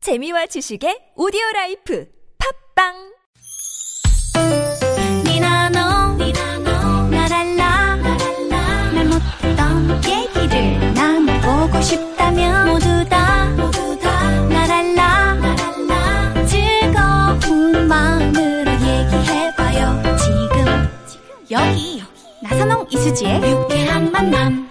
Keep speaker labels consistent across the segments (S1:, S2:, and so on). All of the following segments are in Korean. S1: 재미와 지식의 오디오 라이프 팝빵
S2: 니나 너 나랄라 말 못했던 얘기를 나눠보고 싶다면 모두 다 나랄라 즐거운 마음으로 얘기해봐요 지금 여기 나선홍 이수지의 유쾌한 만남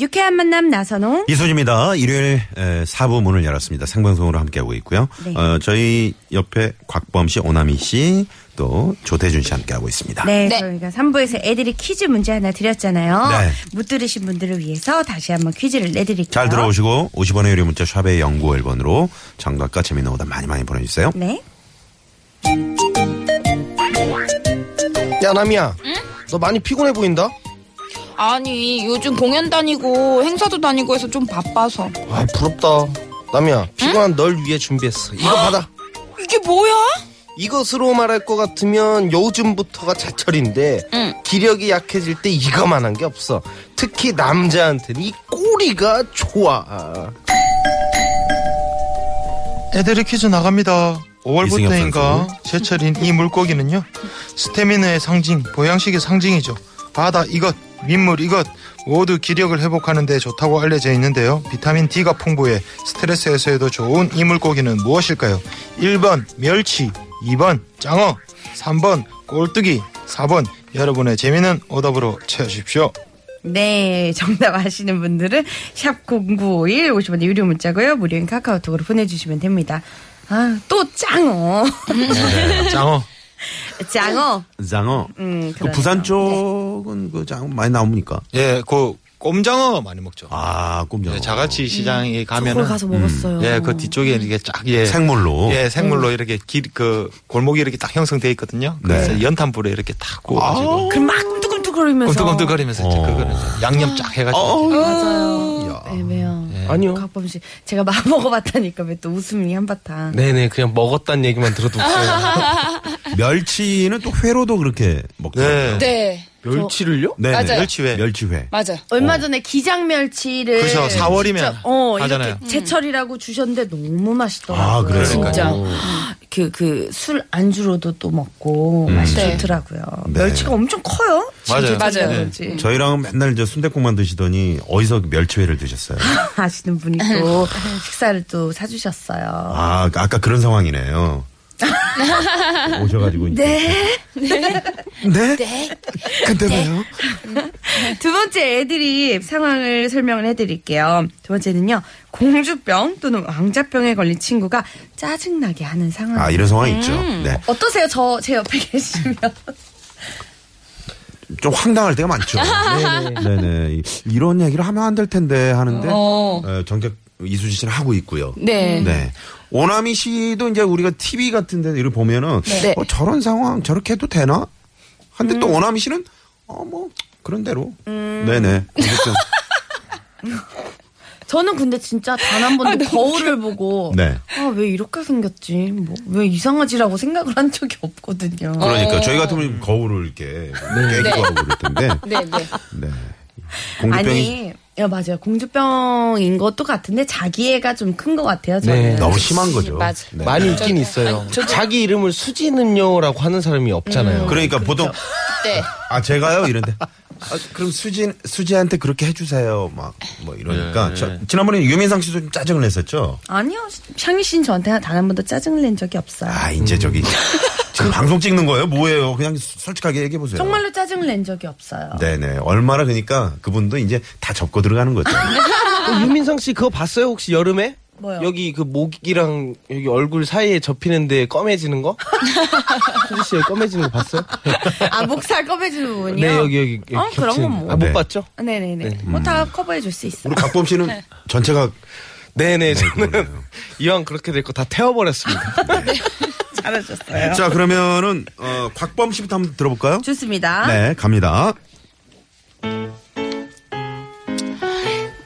S3: 유쾌한 만남 나선홍.
S4: 이수지입니다. 일요일 에, 사부 문을 열었습니다. 생방송으로 함께하고 있고요.
S3: 네.
S4: 어, 저희 옆에 곽범 씨, 오나미 씨, 또 조태준 씨 함께하고 있습니다.
S3: 네, 저희가 3부에서 애들이 퀴즈 문제 하나 드렸잖아요.
S4: 네.
S3: 못 들으신 분들을 위해서 다시 한번 퀴즈를 내드릴게요.
S4: 잘 들어오시고 50원의 유료 문자 샵의 연구 1번으로 정답과 재미있는 오답 많이 많이 보내주세요.
S3: 네.
S5: 야 남이야 너 많이 피곤해 보인다
S6: 아니 요즘 공연 다니고 행사도 다니고 해서 좀 바빠서
S5: 아 부럽다 남이야 피곤한 널 위해 준비했어 이거 받아
S6: 이게 뭐야?
S5: 이것으로 말할 것 같으면 요즘부터가 제철인데 기력이 약해질 때 이거만한 게 없어 특히 남자한테는 이 꼬리가 좋아
S7: 애들의 퀴즈 나갑니다.
S4: 이승엽
S7: 5월부터인가 제철인 이 물고기는요. 스태미너의 상징, 보양식의 상징이죠. 바다 이것, 민물 이것 모두 기력을 회복하는 데 좋다고 알려져 있는데요. 비타민 D가 풍부해 스트레스 해소에도 좋은 이 물고기는 무엇일까요? 1번 멸치, 2번 장어, 3번 꼴뚜기, 4번 여러분의 재미는 오답으로 채우십시오.
S3: 네, 정답 아시는 분들은 샵 0951, 50원의 유료 문자고요. 무료인 카카오톡으로 보내주시면 됩니다. 아, 또 짱어.
S6: 음.
S7: 네. 장어.
S3: 짱어.
S4: 장어.
S3: 음,
S4: 그
S3: 그러네요.
S4: 부산 쪽은 그 장어 많이 나옵니까?
S7: 예, 그 꼼장어 많이 먹죠.
S4: 아, 꼼장어.
S7: 예, 자갈치 시장에 가면은
S8: 그걸 음. 가서 먹었어요.
S7: 예, 그 뒤쪽에 이렇게 쫙 예.
S4: 생물로.
S7: 예, 생물로 이렇게 길, 그 골목이 이렇게 딱 형성돼 있거든요. 그래서
S4: 네.
S7: 연탄불에 이렇게 탁 구워가지고
S8: 그럼 막 뚜글뚜글거리면서.
S7: 꿈틀꿈틀거리면서 이제
S4: 어.
S7: 그거는 양념 쫙 해가지고.
S4: 어,
S8: 맞아요. 애매요.
S7: 예.
S5: 아니요
S3: 곽범 씨, 제가 막 먹어봤다니까 왜 또 웃음이 한바탕.
S9: 네네 그냥 먹었다는 얘기만 들어도 웃겨요.
S4: 멸치는 또 회로도 그렇게 먹더라고요.
S7: 네.
S6: 네
S5: 멸치를요?
S4: 네.
S6: 맞아요.
S7: 멸치회.
S4: 멸치회.
S6: 맞아
S3: 얼마 전에 기장멸치를.
S7: 어. 그죠. 4월이면
S3: 진짜, 어,
S7: 그렇죠. 하잖아요.
S3: 이렇게 제철이라고 주셨는데 너무 맛있더라고요.
S4: 아, 그래요?
S3: 진짜. 그, 그, 술 안주로도 또 먹고 맛이
S6: 네.
S3: 좋더라고요.
S4: 네.
S3: 멸치가 엄청 커요.
S7: 음. 맞아요.
S6: 맞아요.
S7: 네.
S3: 그렇지.
S4: 저희랑 맨날 이제 순대국만 드시더니 어디서 멸치회를 드셨어요?
S3: 아시는 분이 또
S8: 네.
S3: 식사를 또 사주셨어요.
S4: 아, 아까 그런 상황이네요. 오셔가지고. 네. 네. 네. 근데
S6: 네.
S4: 왜요?
S3: 두 번째 애드립 상황을 설명을 해드릴게요. 두 번째는요, 공주병 또는 왕자병에 걸린 친구가 짜증나게 하는 상황. 음,
S4: 아, 이런 상황이 있죠.
S6: 음.
S4: 네.
S3: 어떠세요? 저, 제 옆에 계시면.
S4: 좀 황당할 때가 많죠. 네네. 네네. 이런 얘기를 하면 안 될 텐데 하는데,
S6: 어.
S4: 어, 정작 이수지 씨는 하고 있고요.
S6: 네.
S4: 네. 오나미 씨도 이제 우리가 TV 같은 데 이를 보면은
S6: 네. 음.
S4: 어, 저런 상황 저렇게 해도 되나? 근데 또 오나미 씨는 어 뭐 그런 대로. 네네. 그렇죠.
S8: 저는 근데 진짜 단 한
S3: 아,
S8: 번도 거울을 보고
S4: 네.
S8: 아, 왜 이렇게 생겼지? 뭐, 왜 이상하지라고 생각을 한 적이 없거든요.
S4: 그러니까
S6: 어. 네.
S4: 저희 같으면 거울을 이렇게 깨기도 하고 그럴 텐데.
S6: 네네
S4: 네. 공주병이
S3: 아니, 야, 맞아요. 공주병인 것도 같은데 자기 애가 좀 큰 것 같아요. 저는.
S9: 네.
S4: 너무 심한 거죠.
S6: 맞아.
S4: 네.
S9: 많이 있긴 있어요.
S5: 자기 이름을 수지는요라고 하는 사람이 없잖아요
S4: 그러니까 보통
S6: 그렇죠. 네.
S4: 아 제가요 이런데 아, 그럼 수진 수지한테 그렇게 해주세요 막 뭐 이러니까 저- 지난번에 유민상 씨도 좀 짜증을 냈었죠.
S3: 아니요. 샹이 씨는 저한테 단 한 번도 짜증을 낸 적이 없어요.
S4: 아 이제 저기 지금 방송 찍는 거예요? 뭐예요? 그냥 솔직하게 얘기해 보세요.
S3: 정말로 짜증을 낸 적이 없어요.
S4: 네네 얼마나 그러니까 그분도 이제 다 접고 들어가는 거죠.
S9: 어, 유민상 씨 그거 봤어요 혹시 여름에?
S3: 뭐요?
S9: 여기 그 목이랑 여기 얼굴 사이에 접히는데 검해지는 거? 수지 씨의 검해지는 거 봤어요?
S3: 아, 목살 꺼매주는 부분이요?
S9: 네 여기 여기, 여기
S3: 어, 그런 건
S9: 겹치는-
S3: 뭐.
S9: 아, 못
S4: 네. 음.
S9: 봤죠?
S3: 아, 네네네. 뭐 다 커버해 줄 수 있어요.
S4: 우리 각범 씨는
S6: 네.
S4: 전체가
S9: 네네 저는 이왕 그렇게 될 거 다 태워버렸습니다.
S3: 잘하셨어요.
S4: 자 그러면은 어, 곽범 씨부터 한번 들어볼까요?
S3: 좋습니다.
S4: 네 갑니다.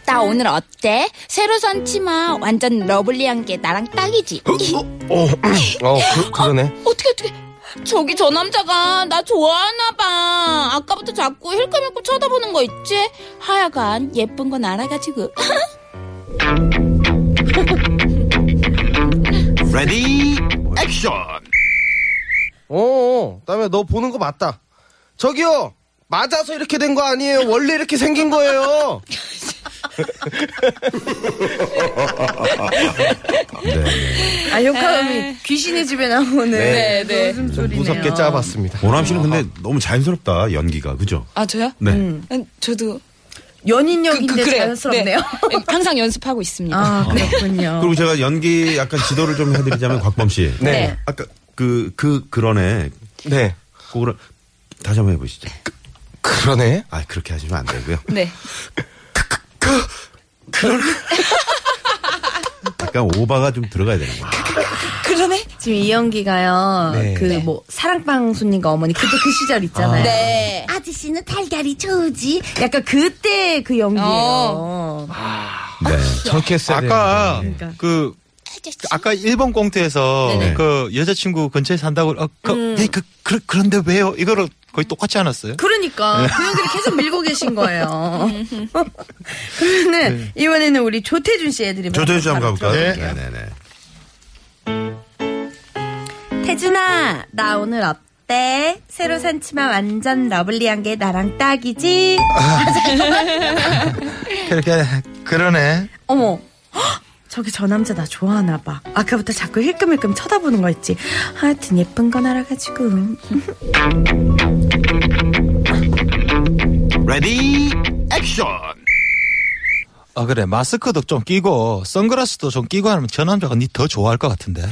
S10: 나 오늘 어때? 새로 산 치마 완전 러블리한 게 나랑 딱이지.
S9: 어 그, 그러네.
S10: 어떻게 어떻게? 저기 저 남자가 나 좋아하나 봐. 아까부터 자꾸 힐끔힐끔 쳐다보는 거
S3: 아,
S10: 있지? 하여간 예쁜 건 알아가지고.
S5: 레디 액션 어 다음에 너 보는 거 맞다 저기요 맞아서 이렇게 된 거 아니에요 원래 이렇게 생긴 거예요
S6: 아,
S2: 네.
S6: 효과음이 귀신의 집에 나오는
S4: 네.
S6: 네. 웃음소리네요.
S5: 무섭게 짜봤습니다
S4: 오람 씨는 근데 너무 자연스럽다 연기가 그죠?
S2: 아 저요?
S4: 네.
S2: 음, 저도
S3: 연인역인데
S2: 그래요.
S3: 자연스럽네요.
S2: 네. 항상 연습하고 있습니다.
S3: 아, 그렇군요.
S4: 그리고 제가 연기 약간 지도를 좀 해드리자면 곽범 씨.
S5: 네.
S4: 아까 그 그 그러네.
S5: 네
S4: 그걸 다시 한번 해보시죠.
S5: 그러네
S4: 아 그렇게 하시면 안 되고요.
S2: 네.
S4: 약간 오바가 좀 들어가야 되는 거예요.
S2: 그러네.
S3: 지금 이연기가요.
S5: 네.
S3: 그 뭐 사랑방 손님과 어머니 그때 그 시절 있잖아요.
S2: 네.
S11: 아저씨는 달걀이 좋으지
S3: 약간 그때 그 연기예요.
S2: 어.
S4: 네.
S5: 저렇게 했어야
S7: 아까
S4: 음.
S5: 되는데.
S7: 그 아까 일본 꽁트에서
S4: 네네.
S7: 그 여자친구 근처에 산다고 어, 그, 네, 그, 그 그런데 왜요? 이거를 거의 똑같이 않았어요?
S4: 네.
S3: 그러니까 그 연기를 계속 밀고 계신 거예요. 그러면은 이번에는 우리 조태준 씨 애들이
S4: 네. 조태준 씨 한번 가볼까요?
S7: 네.
S4: 네네네.
S3: 태준아, 나 오늘 어때? 새로 산 치마 완전 러블리한 게 나랑 딱이지?
S7: 그렇게 그러네.
S3: 어머. 헉, 저기 저 남자 나 좋아하나 봐. 아까부터 자꾸 힐끔힐끔 쳐다보는 거 있지. 하여튼 예쁜 건 알아가지고.
S5: 레디 액션
S7: 아 그래 마스크도 좀 끼고 선글라스도 좀 끼고 하면 저 남자가 니 더 좋아할 것 같은데.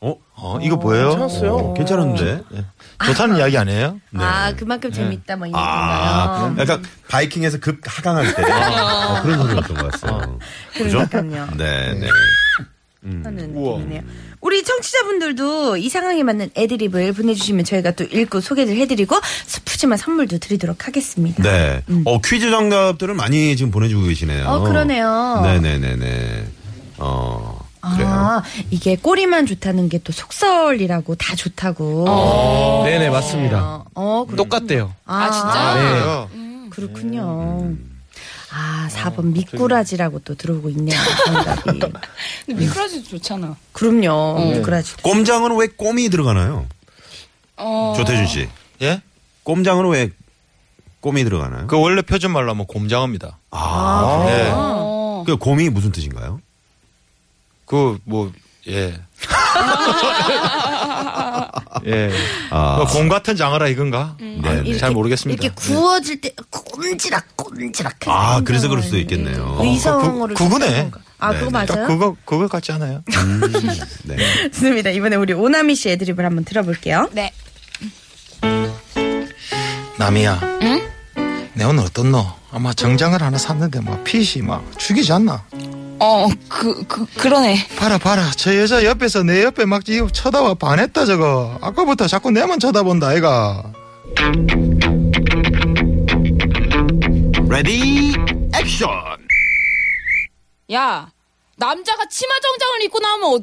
S4: 어?
S7: 어 이거 뭐예요?
S4: 어, 괜찮은데?
S7: 예. 좋다는 이야기 아니에요?
S3: 아, 그만큼 재밌다, 뭐, 이런
S4: 네. 아,
S3: 건가요? 아.
S4: 약간 바이킹에서 급 하강할 때 어, 그런 소리였던 것 같아요.
S3: 어.
S4: 그죠?
S3: 그러니까요.
S4: 네, 네.
S3: 하는 느낌이네요. 우리 청취자분들도 이 상황에 맞는 애드립을 보내주시면 저희가 또 읽고 소개를 해드리고 스푸짐한 선물도 드리도록 하겠습니다.
S4: 네. 어, 퀴즈 정답들을 많이 지금 보내주고 계시네요.
S3: 음. 어, 그러네요.
S4: 네네네네. 어, 그래요.
S3: 아, 이게 꼬리만 좋다는 게 또 속설이라고 다 좋다고.
S9: 네네 맞습니다.
S3: 어, 그렇
S9: 똑같대요. 네.
S3: 아, 음,
S2: 진짜?
S7: 그래요.
S3: 그렇군요.
S9: 음.
S3: 아,
S9: 어,
S3: 4번 미꾸라지라고 또 들어오고 있네요. 정답이.
S2: 근데 미끄러지도 좋잖아.
S3: 그럼요. 미꾸라지.
S4: 꼼장은 왜 꼼이 들어가나요?
S2: 어.
S4: 조태준 씨.
S7: 예?
S4: 꼼장은 왜 꼼이 들어가나요?
S7: 그 원래 표준 말로 하면 곰장어입니다.
S4: 아,
S7: 네.
S2: 어.
S4: 그 곰이 무슨 뜻인가요?
S7: 그 뭐 예. 예.
S4: 아,
S3: 그
S7: 뭐곰 같은 장어라 이건가?
S4: 네, 네.
S7: 잘
S3: 음.
S7: 모르겠습니다.
S3: 아, 이렇게 구워질 때 꼼지락 꼼지락.
S4: 아, 그래서 그럴 수도 있겠네요.
S3: 의성어를
S7: 그- 그거네.
S3: 썼던 건가? 아,
S4: 네,
S3: 그거
S4: 네.
S7: 딱
S3: 맞아요?
S7: 그거 그거 같지 않아요?
S4: 네.
S3: 좋습니다. 이번에 우리 오나미 씨 애드립을 한번 들어볼게요.
S2: 네.
S7: 남이야. 내 오늘 어떻노? 아마 정장을 하나 샀는데 막 핏이 막 죽이지 않나?
S2: 어, 그, 그, 그러네.
S7: 봐라 봐라 저 여자 옆에서 내 옆에 막 지금 쳐다봐 반했다 저거 아까부터 자꾸 내만 쳐다본다 애가
S5: 레디 액션
S2: 야, 남자가 치마 정장을 입고 나오면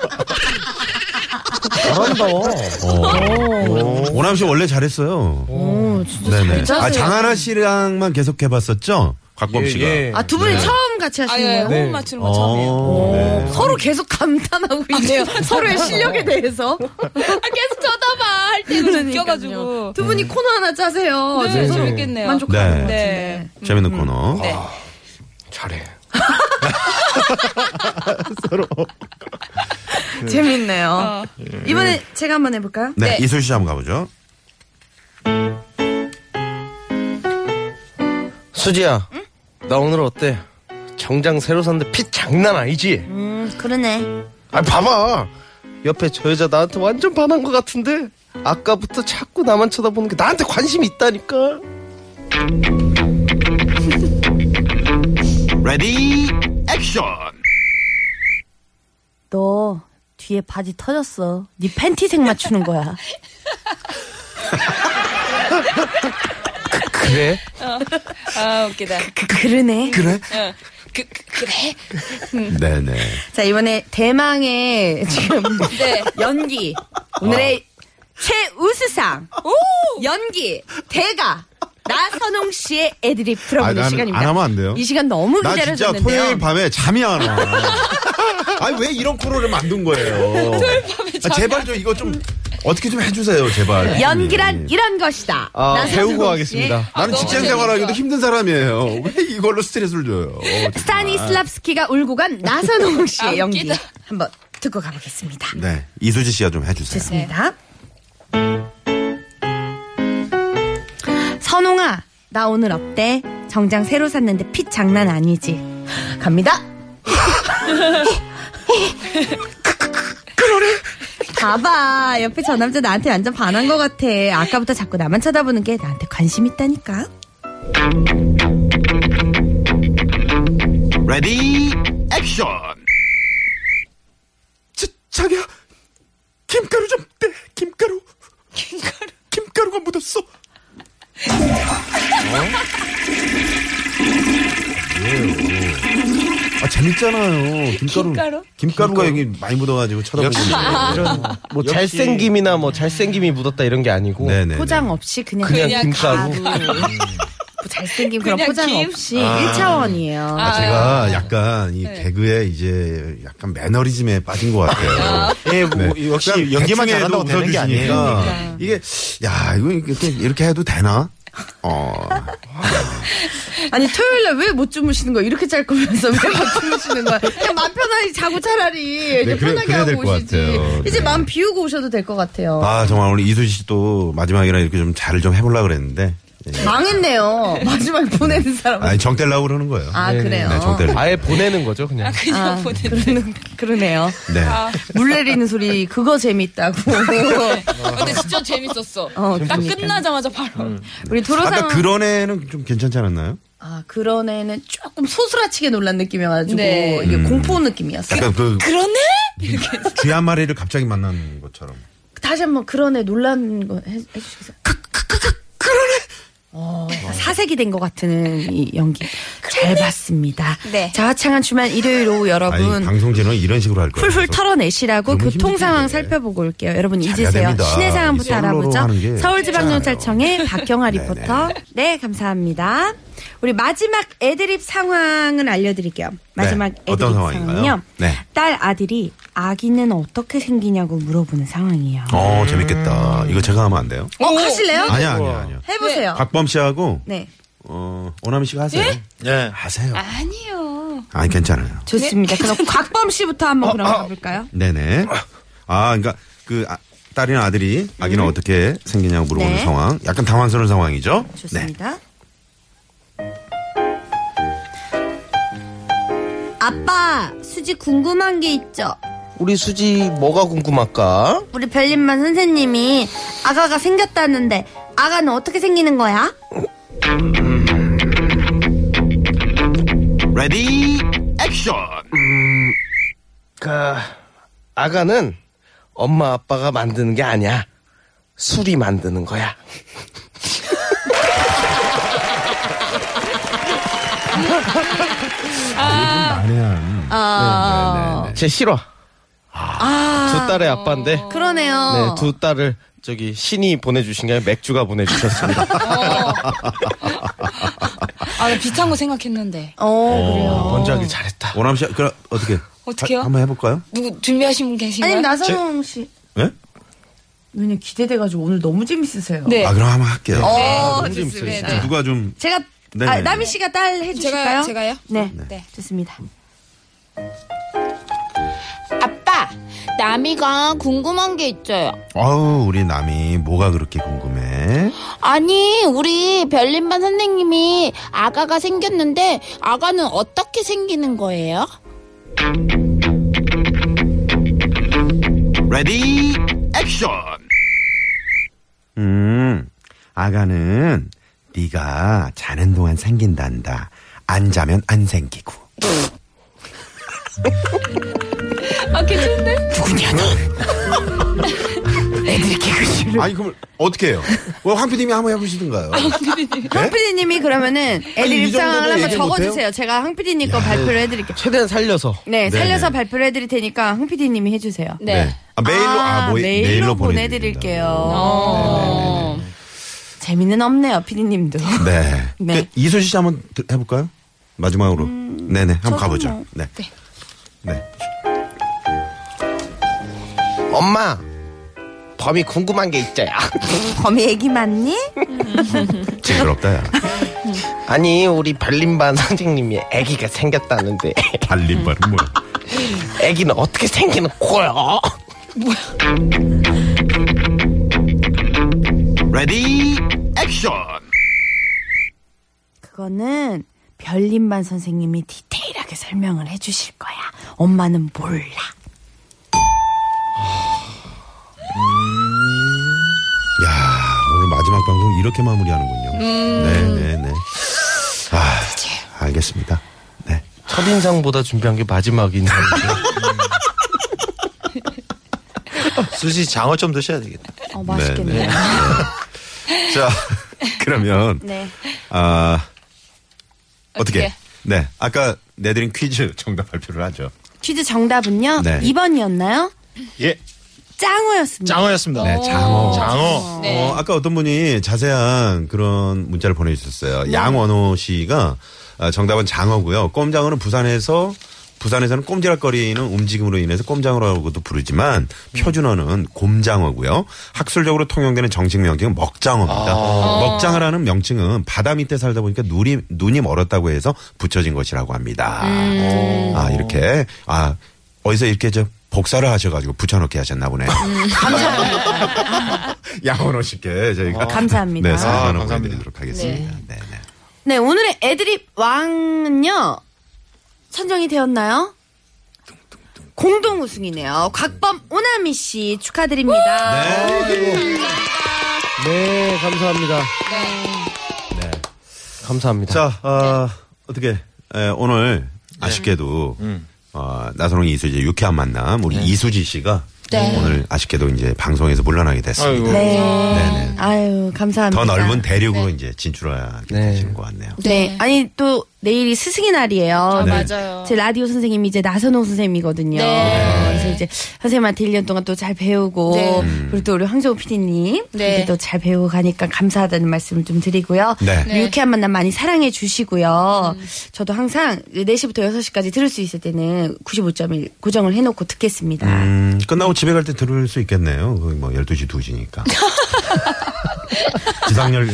S2: 어떡해.
S3: 아,
S9: 잘한다.
S4: 오. 오남 씨 원래 잘했어요.
S3: 어. 오, 진짜
S4: 네네. 아,
S3: 잘하세요.
S4: 장하나 씨랑만 계속 해봤었죠? 곽범
S9: 예,
S4: 씨가.
S9: 예.
S3: 아, 두
S7: 네.
S3: 분이 처음 같이
S2: 아,
S3: 하시는
S2: 예,
S3: 거예요?
S2: 호흡 맞추는 거 처음이에요.
S4: 어, 네.
S3: 서로 계속 감탄하고 아, 있네요. 어. 서로의 실력에 대해서.
S2: 아, 계속 쳐다봐. 할 때는
S3: 그러니까요.
S2: 웃겨가지고.
S3: 두 분이 코너 하나 짜세요.
S2: 네,
S3: 네.
S2: 재밌겠네요.
S3: 만족하는
S4: 네.
S3: 것
S2: 네.
S3: 같은데.
S4: 재밌는
S3: 음.
S4: 코너.
S2: 네.
S5: 잘해
S3: 재밌네요. 이번에 제가 한번 해볼까요?
S4: 네, 이솔 씨 한번 가보죠.
S9: 수지야, 나 오늘 어때? 정장 새로 샀는데 핏 장난 아니지?
S3: 음, 그러네.
S5: 아 봐봐 옆에 저 여자 나한테 완전 반한 것 같은데 아까부터 자꾸 나만 쳐다보는 게 나한테 관심이 있다니까 레디 액션
S3: 너 뒤에 바지 터졌어. 네 팬티색 맞추는 거야.
S9: 그래?
S2: 아, 웃기다.
S3: 그, 그러네.
S2: 그, 그, 그래?
S4: 네네.
S3: 자, 이번에 대망의 지금
S2: 네.
S3: 연기. 오늘의 최우수상. 연기. 대가. 나선홍 씨의 애드립
S4: 아,
S3: 들어보는
S4: 난
S3: 시간입니다.
S4: 안 하면 안 돼요.
S3: 이 시간 너무
S4: 나 진짜
S3: 기다려졌는데요.
S4: 토요일 밤에 잠이 안 와. 아니 왜 이런 프로를 만든 거예요? 아, 제발 저 이거 좀 어떻게 좀 해주세요, 제발. 네.
S3: 연기란 이런 것이다.
S9: 아,
S3: 나선홍
S9: 배우고
S3: 씨의
S9: 하겠습니다.
S4: 나는 직장 생활하기도 힘든 사람이에요. 왜 이걸로 스트레스를 줘요? 어,
S3: 스타니슬랍스키가 울고 간 나선홍 씨의
S2: 아,
S3: 연기
S2: 웃기다.
S3: 한번 듣고 가보겠습니다.
S4: 네, 이수지 씨가 좀 해주세요.
S3: 좋습니다. 선홍아, 나 오늘 어때? 정장 새로 샀는데 핏 장난 아니지? 갑니다. 그러네. 봐봐. 옆에 저 남자 나한테 완전 반한 것 같아. 아까부터 자꾸 나만 쳐다보는 게 나한테 관심 있다니까.
S4: 레디 액션 자, 자기야 김가루 좀 떼 김가루 김가루 김가루가 묻었어 아 재밌잖아요 김가루
S2: 김가루?
S4: 김가루가 여기 많이 묻어가지고 쳐다보고 있는 거예요.
S9: 뭐
S5: 뭐 잘생김이나 뭐 잘생김이 묻었다 이런 게 아니고
S4: 네네
S3: 포장 없이 그냥,
S5: 그냥,
S2: 그냥
S5: 김가루.
S3: 뭐 잘생긴 그런
S2: 그냥
S3: 포장
S2: 김?
S3: 없이 1차원이에요.
S4: 아, 제가 약간 이
S3: 네.
S4: 개그에 이제 약간 매너리즘에 빠진 것 같아요. 네. 그러니까
S7: 예, 뭐, 역시 연기만 잘한다고 되는 게 아니에요.
S3: 네.
S4: 아니에요. 이게 야 이거 이렇게 이렇게 해도 되나? 어
S3: 아니 토요일날 왜 못 주무시는 거야? 이렇게 잘 거면서 왜 못 주무시는 거야? 그냥 마음 편하게 자고 차라리 이렇게
S4: 네, 그래-
S3: 편하게
S4: 그래야
S3: 하고
S4: 될것
S3: 오시지.
S4: 같아요.
S3: 이제
S4: 네.
S3: 마음 비우고 오셔도 될 것 같아요.
S4: 아 정말 오늘 이수지 씨도 마지막이라 이렇게 좀 잘 좀 해보려 고 그랬는데 예.
S3: 망했네요. 마지막에 보내는 사람. 아,
S4: 아니 정떼려고 그러는 거예요.
S3: 아 그래요.
S4: 네 정떼려.
S9: 아예 보내는 거죠 그냥.
S2: 네.
S3: 아, 그러는, 그러네요.
S4: 네.
S3: 물 내리는 소리 그거 재밌다고.
S2: 근데 진짜 재밌었어.
S3: 어,
S2: 딱
S3: 그러니까.
S2: 끝나자마자 바로.
S3: 우리 도로상
S4: 아까 그런 애는 좀 괜찮지 않았나요?
S3: 아 그런 애는 조금 소스라치게 놀란 느낌이어가지고
S2: 네.
S3: 이게 공포 느낌이었어요.
S4: 약간 그
S2: 그러네?
S4: 쥐 한 마리를 갑자기 만난 것처럼.
S3: 다시 한번 그런 애 놀란 거 해, 해주시겠어요? 그, 그, 그, 그런 애! 어, 사색이 된 것 같은 이 연기. 잘 봤습니다.
S2: 네.
S3: 자화창한 주말 일요일 오후
S4: 아니
S3: 여러분.
S4: 방송진은 이런 식으로 할 거예요.
S3: 풀풀 털어내시라고 그
S4: 너무
S3: 교통 상황
S4: 힘들겠네.
S3: 살펴보고 올게요. 여러분
S4: 잘해야
S3: 잊으세요.
S4: 됩니다.
S3: 시내
S4: 이
S3: 상황부터
S4: 솔로로
S3: 알아보죠.
S4: 하는 게
S3: 서울지방경찰청의 박경아
S4: 네네.
S3: 리포터. 네, 감사합니다. 우리 마지막 애드립 상황을 알려드릴게요. 마지막
S4: 네,
S3: 애드립
S4: 어떤 상황인가요?
S3: 상황은요.
S4: 네.
S3: 딸 아들이 아기는 어떻게 생기냐고 물어보는 상황이에요.
S4: 어 재밌겠다. 이거 제가 하면 안 돼요?
S3: 어, 하실래요?
S4: 아니야 아니야 아니야.
S3: 해보세요.
S4: 곽범 씨하고
S3: 네.
S4: 어 오나미 씨가 하세요.
S7: 예.
S4: 하세요.
S2: 아니요.
S4: 아니 괜찮아요.
S3: 좋습니다. 그럼 곽범 씨부터 한번 그럼 가볼까요?
S4: 네네. 아 그러니까 그 아, 딸이나 아들이
S2: 음.
S4: 아기는 어떻게 생기냐고 물어보는
S3: 네.
S4: 상황. 약간 당황스러운 상황이죠. 네.
S3: 좋습니다. 아빠, 수지 궁금한 게 있죠?
S5: 우리 수지 뭐가 궁금할까?
S3: 우리 별님만 선생님이 아가가 생겼다는데 아가는 어떻게 생기는 거야?
S4: 레디 액션.
S5: 그 아가는 엄마 아빠가 만드는 게 아니야. 술이 만드는 거야.
S4: 아니야.
S3: 아,
S5: 제 싫어. 두 딸의 아빠인데. 네,
S3: 그러네요.
S5: 두 딸을 저기 신이 보내주신 게 아니라 맥주가 보내주셨습니다.
S2: 아, 나 비슷한 거 생각했는데.
S3: 어, 그래요.
S5: 먼저 하길 잘했다.
S4: 오나미 씨 그럼 어떻게?
S2: 어떻게요?
S4: 하- 한번 해볼까요?
S2: 누구 준비하신 분 계신가요?
S3: 아니 나선홍 씨
S4: 네?
S3: 눈이 기대돼가지고 오늘 너무 재밌으세요.
S2: 네.
S4: 아 그럼 한번 할게요.
S2: 어, 좋습니다.
S4: 좀 누가 좀
S3: 제가
S4: 네.
S3: 아, 남희 씨가 딸
S2: 제가요?
S3: 해주실까요?
S2: 제가요?
S3: 네.
S2: 네.
S3: 좋습니다.
S10: 아빠, 남이가 궁금한 게 있어요.
S4: 어우 우리 남이 뭐가 그렇게 궁금해?
S10: 아니, 우리 별림반 선생님이 아가가 생겼는데 아가는 어떻게 생기는 거예요?
S4: 레디 액션. 음 아가는 네가 자는 동안 생긴단다. 안 자면 안 생기고.
S2: 아, 괜찮네.
S4: 아니 그럼 어떻게 해요? 뭐 황피디님이 한번 해보시든가요?
S3: 황 PD님이 그러면은
S4: 아니,
S3: 애들
S4: 이 정도는
S3: 입상을 한번
S4: 얘기 못해요?
S3: 적어주세요. 제가 황 PD님 거 발표를 해드릴게요.
S5: 최대한 살려서.
S3: 네, 살려서
S4: 네네.
S3: 발표를 해드릴 테니까 황 PD님이 해주세요.
S2: 네.
S4: 아, 메일로 아, 뭐,
S3: 메일로 보내드릴게요.
S2: 어.
S4: 보내드린다고.
S3: 어. 재미는 없네요, 피디님도.
S4: 네.
S3: 네.
S4: 그 이소희 씨 한번 들- 해볼까요? 마지막으로. 네네. 한번
S3: 저도
S4: 가보죠.
S3: 뭐.
S4: 네.
S2: 네.
S4: 네.
S5: 엄마 범이 궁금한 게 있자야
S3: 범이 애기 맞니?
S4: 부끄럽다, 야.
S5: 아니 우리 발림반 선생님이 아기가 생겼다는데
S4: 발림발은 뭐야?
S5: 아기는 어떻게 생기는 거야?
S4: 레디, 액션!
S3: 그거는 별림반 선생님이 디테일하게 설명을 해주실 거야. 엄마는 몰라.
S4: 야 오늘 마지막 방송 이렇게 마무리하는군요.
S3: 음.
S4: 네네네. 아, 알겠습니다. 네.
S5: 첫인상보다 준비한 게 마지막인
S7: 아, 수지 장어 좀 드셔야 되겠다.
S3: 어, 맛있겠네.
S4: 네, 네. 자, 그러면.
S3: 네.
S4: 아, 어떻게?
S2: 어떻게?
S4: 네. 아까 내드린 퀴즈 정답 발표를 하죠.
S3: 퀴즈 정답은요?
S4: 네.
S3: 2번이었나요?
S7: 예.
S3: 짱호였습니다.
S7: 장어였습니다.
S4: 네, 장어.
S7: 장어.
S2: 네.
S4: 어, 아까 어떤 분이 자세한 그런 문자를 보내주셨어요. 양원호 씨가 아, 정답은 장어고요. 꼼장어는 부산에서 부산에서는 꼼지락거리는 움직임으로 인해서 꼼장어라고도 부르지만 표준어는 곰장어고요. 학술적으로 통용되는 정식 명칭은 먹장어입니다. 먹장어라는 명칭은 바다 밑에 살다 보니까 눈이 눈이 멀었다고 해서 붙여진 것이라고 합니다. 아 이렇게 아 어디서 이렇게 저 복사를 하셔가지고 붙여넣기 하셨나 보네요. 양원호 씨께 저희가
S3: 감사합니다.
S4: 네, 사진
S7: 아,
S4: 하나
S7: 감사합니다.
S4: 보내드리도록 하겠습니다. 네. 네,
S3: 네, 오늘의 애드립 왕은요, 선정이 되었나요? 공동 우승이네요. 곽범 오나미 씨 축하드립니다.
S9: 네, 감사합니다.
S5: 네, 감사합니다
S4: 자, 어, 어떻게 에, 오늘
S3: 네.
S4: 아쉽게도
S3: 음.
S4: 어, 나선홍이 이수지 유쾌한 만남
S3: 네.
S4: 우리 이수지 씨가 오늘 아쉽게도 이제 방송에서 물러나게 됐습니다.
S7: 아이고.
S3: 네.
S4: 네네.
S3: 아유, 감사합니다.
S4: 더 넓은 대륙으로 이제 진출하게 되시는 것 같네요.
S3: 네. 그렇죠. 아니, 또, 내일이 스승의 날이에요.
S2: 맞아요.
S3: 제 라디오 선생님이 이제 나선호 선생님이거든요.
S2: 네.
S3: 그래서 이제 선생님한테 1년 동안 또 잘 배우고
S2: 네.
S3: 그리고 또 우리 황정우 PD님
S2: 네.
S3: 네. 또잘 배우고 가니까 감사하다는 말씀을 좀 드리고요.
S4: 네.
S3: 우리 유쾌한 만남 많이 사랑해 주시고요.
S2: 음.
S3: 저도 항상 그 4시부터 6시까지 들을 수 있을 때는 95.1 고정을 해놓고 듣겠습니다.
S4: 음, 끝나고 집에 갈 때 들을 수 있겠네요. 거의 뭐 12시, 2시니까. 지상렬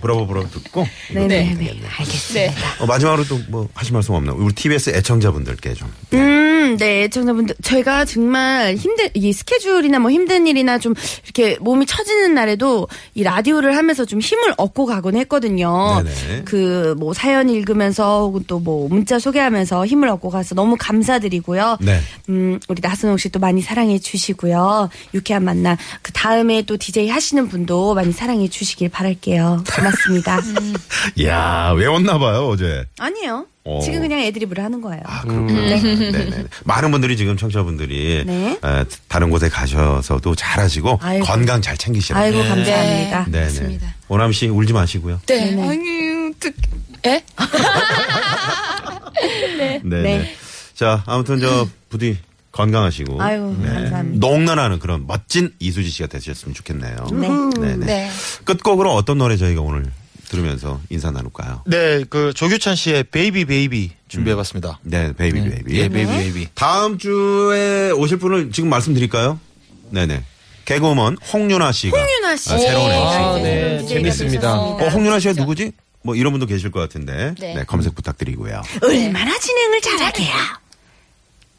S4: 브라보브라보 듣고. 이거
S3: 네네네.
S4: 들으면 되겠네요.
S3: 알겠습니다.
S2: 네.
S4: 어, 마지막으로 또 뭐 하실 말씀 없나요? 우리 TBS 애청자분들께 좀.
S3: 음, 네, 애청자분들. 저희가 정말 힘들, 이 스케줄이나 뭐 힘든 일이나 좀 이렇게 몸이 처지는 날에도 이 라디오를 하면서 좀 힘을 얻고 가곤 했거든요.
S4: 네네.
S3: 그 뭐 사연 읽으면서 혹은 또 뭐 문자 소개하면서 힘을 얻고 가서 너무 감사드리고요.
S4: 네.
S3: 음, 우리 나선홍 씨 또 많이 사랑해 주시고요. 유쾌한 만남. 그 다음에 또 DJ 하시는 분도 많이 사랑해 주시길 바랄게요. 고맙습니다.
S4: 이야, 외웠나봐요, 어제.
S3: 아니에요.
S4: 오.
S3: 지금 그냥 애드립으로 하는 거예요.
S4: 아, 그렇군요. 네. 네 많은 분들이 지금 청취자분들이
S3: 음. 네.
S4: 에, 다른 곳에 가셔서도 잘 하시고
S3: 아이고.
S4: 건강 잘 챙기시라고.
S3: 아이고, 감사합니다.
S4: 네, 네. 오남 씨 울지 마시고요.
S2: 네. 아니, 어떡 에?
S4: 네. 네. 자, 아무튼 저 부디 건강하시고 네.
S3: 아이고, 감사합니다.
S4: 농란하는 그런 멋진 이수지 씨가 되셨으면 좋겠네요.
S3: 네.
S4: 네.
S2: 네.
S4: 끝곡으로 어떤 노래 저희가 오늘 들으면서 인사 나눌까요?
S7: 네, 그 조규찬 씨의 베이비 베이비 준비해봤습니다.
S4: 네, 베이비 베이비.
S7: 예, 베이비 베이비.
S4: 다음 주에 오실 분을 지금 말씀드릴까요? 네네. 개그우먼 홍윤아 씨가.
S3: 홍윤아 씨.
S4: 아, 새로운
S3: 네,
S4: MC.
S3: 이제 새로운
S9: 네,
S3: DJ가
S9: 재밌습니다.
S3: 되셨습니다.
S4: 어, 홍윤아 씨가 누구지? 뭐 이런 분도 계실 것 같은데.
S10: 네.
S4: 네, 검색 부탁드리고요.
S3: 얼마나 진행을 잘하게요.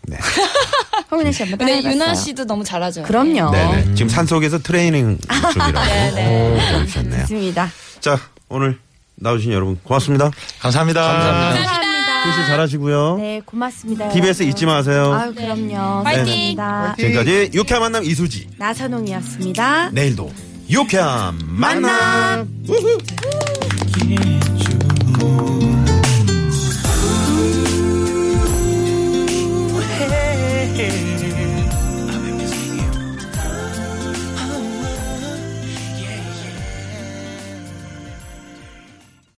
S4: 네.
S3: 홍윤아 씨 한번
S2: 네,
S3: 따라해봤어요.
S2: 유나 씨도 너무 잘하죠.
S3: 그럼요.
S4: 네네. 지금 산속에서 트레이닝 중이라고. 오, 오셨네요.
S3: 좋습니다.
S4: 자, 오늘 나오신 여러분 고맙습니다.
S7: 감사합니다. 감사합니다.
S4: 출시 잘하시고요.
S3: 네, 고맙습니다.
S4: TBS 네, 잊지 마세요.
S3: 아유, 그럼요.
S2: 파이팅!
S3: 감사합니다.
S4: 지금까지 유쾌한 만남 이수지.
S3: 나선홍이었습니다.
S4: 내일도 유쾌한 만남. 우후.